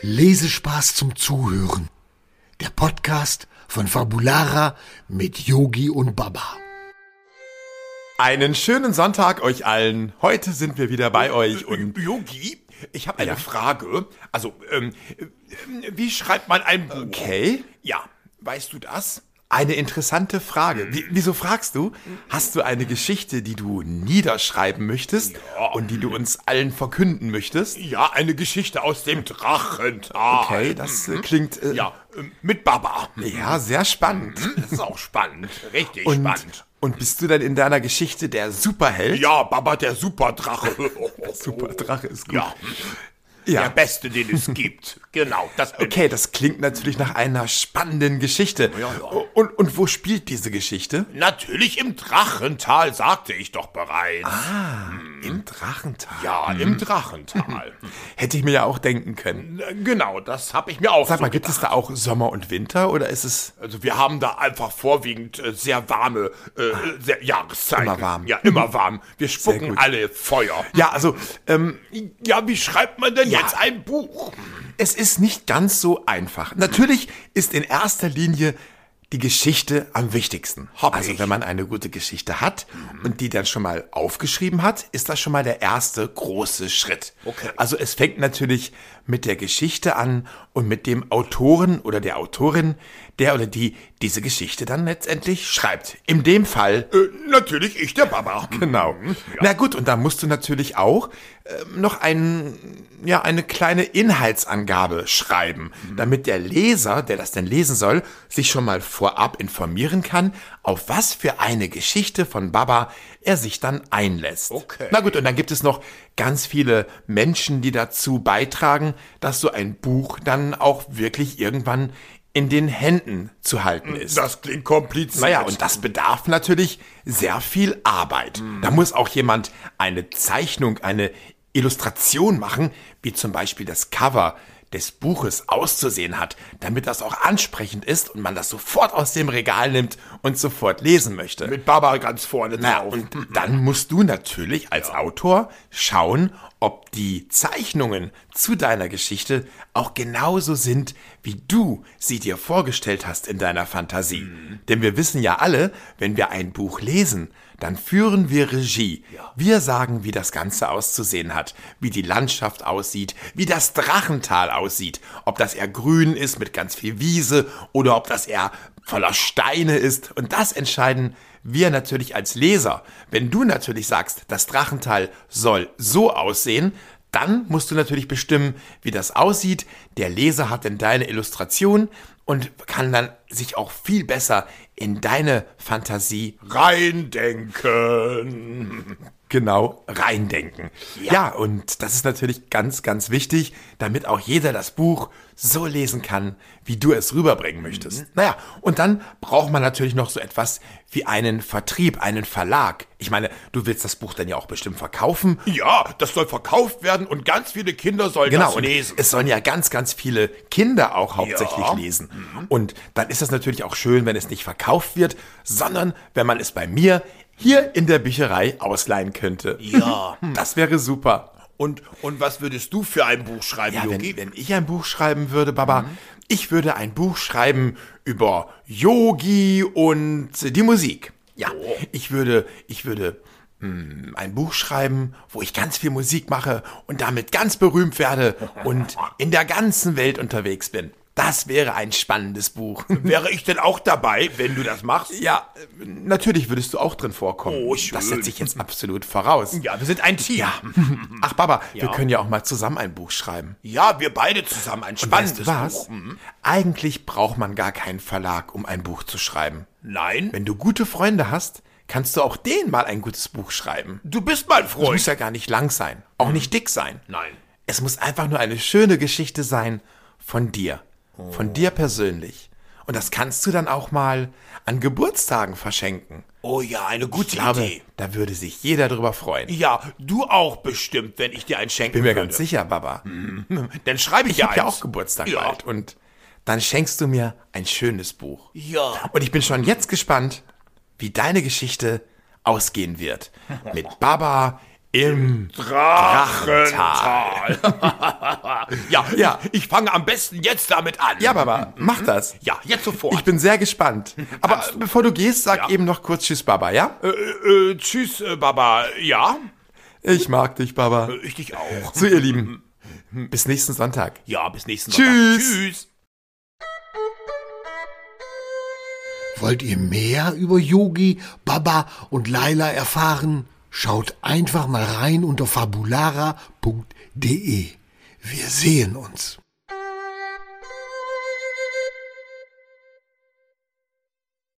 Lesespaß zum Zuhören. Der Podcast von Fabulara mit Yogi und Baba. Einen schönen Sonntag euch allen. Heute sind wir wieder bei euch und Yogi, ich habe eine Ja. Frage. Also, ähm, ähm, wie schreibt man ein Buch? okay. Ja, weißt du das? Eine interessante Frage. Wie, wieso fragst du? Hast du eine Geschichte, die du niederschreiben möchtest und die du uns allen verkünden möchtest? Ja, eine Geschichte aus dem Drachental. Okay, das äh, klingt äh, Mhm. Ja, ähm, mit Baba. ja sehr spannend. Das ist auch spannend. Richtig Und, spannend. und bist du denn in deiner Geschichte der Superheld? Ja, Baba, der Superdrache. Superdrache ist gut. Ja, Ja. der Beste, den es gibt. Genau, das bin Okay, das klingt natürlich nach einer spannenden Geschichte. Ja, ja. Und, und wo spielt diese Geschichte? ich. Natürlich im Drachental, sagte ich doch bereits. Ah. Im Drachental. Mhm. Ja, im Drachental. Hätte ich mir ja auch denken können. genau, das habe ich mir auch Sag so mal, gibt es da auch Sommer und Winter oder ist es äh, Also wir haben da einfach vorwiegend äh, sehr warme äh, sehr Jahreszeiten. Ah. Immer warm. Ja, immer warm. Wir gut. spucken alle Feuer. Ja, also ähm, Ja, wie schreibt man denn Ja. jetzt ein Buch? es ist nicht ganz so einfach. Natürlich ist in erster Linie die Geschichte am wichtigsten. Hab also ich. wenn man eine gute Geschichte hat und die dann schon mal aufgeschrieben hat, ist das schon mal der erste große Schritt. Okay. Also es fängt natürlich mit der Geschichte an und mit dem Autoren oder der Autorin, der oder die diese Geschichte dann letztendlich schreibt. In dem Fall Äh, natürlich ich, der Baba. Hm, Genau. Na gut, und da musst du natürlich auch ähm, noch einen, ja, eine kleine Inhaltsangabe schreiben, Hm. damit der Leser, der das denn lesen soll, sich schon mal vorab informieren kann, auf was für eine Geschichte von Baba er sich dann einlässt. Okay. Na gut, und dann gibt es noch ganz viele Menschen, die dazu beitragen, dass so ein Buch dann auch wirklich irgendwann in den Händen zu Hm, halten ist. Das klingt kompliziert. Naja, und das bedarf natürlich sehr viel Arbeit. Mhm. Da muss auch jemand eine Zeichnung, eine Illustration machen, wie zum Beispiel das Cover des Buches auszusehen hat, damit das auch ansprechend ist und man das sofort aus dem Regal nimmt und sofort lesen möchte. mit Baba ganz vorne Na, drauf. und dann musst du natürlich als Autor schauen, ob die Zeichnungen zu deiner Geschichte auch genauso sind, wie du sie dir vorgestellt hast in deiner Fantasie. Denn wir wissen ja alle, wenn wir ein Buch lesen, dann führen wir Regie. Wir sagen, wie das Ganze auszusehen hat, wie die Landschaft aussieht, wie das Drachental aussieht, ob das eher grün ist mit ganz viel Wiese oder ob das eher voller Steine ist. Und das entscheiden wir natürlich als Leser. Wenn du natürlich sagst, das Drachental soll so aussehen, dann musst du natürlich bestimmen, wie das aussieht. Der Leser hat dann deine Illustration und kann dann sich auch viel besser in deine Fantasie Reindenken. genau reindenken. Ja. und das ist natürlich ganz, ganz wichtig, damit auch jeder das Buch so lesen kann, wie du es rüberbringen möchtest. Naja, und dann braucht man natürlich noch so etwas wie einen Vertrieb, einen Verlag. Ich meine, du willst das Buch dann ja auch bestimmt verkaufen. Ja, das soll verkauft werden und ganz viele Kinder sollen Genau, das und lesen. es sollen ja ganz, ganz viele Kinder auch hauptsächlich Ja. Mhm. lesen. Und dann ist das natürlich auch schön, wenn es nicht verkauft wird, sondern wenn man es bei mir hier in der Bücherei ausleihen könnte. Mhm. Ja. Das wäre super. Und, und was würdest du für ein Buch schreiben, Ja, Yogi? wenn, Mhm. wenn ich ein Buch schreiben würde, Baba, ich würde ein Buch schreiben über Yogi und die Musik. Ja, Oh. ich würde, ich würde mh, ein Buch schreiben, wo ich ganz viel Musik mache und damit ganz berühmt werde und in der ganzen Welt unterwegs bin. Das wäre ein spannendes Buch. Wäre ich denn auch dabei, wenn du das machst? ja, natürlich würdest du auch drin vorkommen. Oh, schön. Das setze ich jetzt absolut voraus. Ja, wir sind ein Team. Ja, Ach, Baba, wir können ja auch mal zusammen ein Buch schreiben. wir beide zusammen. Ein Weißt spannendes du was? Buch. Mhm. Eigentlich braucht man gar keinen Verlag, um ein Buch zu schreiben. Nein, Wenn du gute Freunde hast, kannst du auch denen mal ein gutes Buch schreiben. du bist mein Es Freund. muss ja gar nicht lang sein, auch nicht dick sein. Mhm. Nein. Es muss einfach nur eine schöne Geschichte sein von dir, Oh. von dir persönlich. Und das kannst du dann auch mal an Geburtstagen verschenken. Oh ja, eine gute Ich glaube, Idee. da würde sich jeder drüber freuen. Ja, du auch bestimmt, wenn ich dir einen schenken Bin mir würde. ganz sicher, Baba. Mhm. Dann schreibe ich, Ich dir habe ja eins. auch Geburtstag Ja. bald und dann schenkst du mir ein schönes Buch. Ja. Und ich bin schon jetzt gespannt, wie deine Geschichte ausgehen wird. Mit Baba Im Drachental. ja, Ja. ja, ich, ich fange am besten jetzt damit an. Ja, Baba, mach das. Mhm. Ja, jetzt sofort. Ich bin sehr gespannt. Aber bevor du gehst, sag eben noch kurz Tschüss, Baba, ja? Äh, äh, tschüss, äh, Baba. Ja, Ich mag dich, Baba. ich dich auch. So, ihr Lieben, bis nächsten Sonntag. Ja, bis nächsten Sonntag. Tschüss. Tschüss. Wollt ihr mehr über Yogi, Baba und Laila erfahren? Schaut einfach mal rein unter fabulara.de. Wir sehen uns.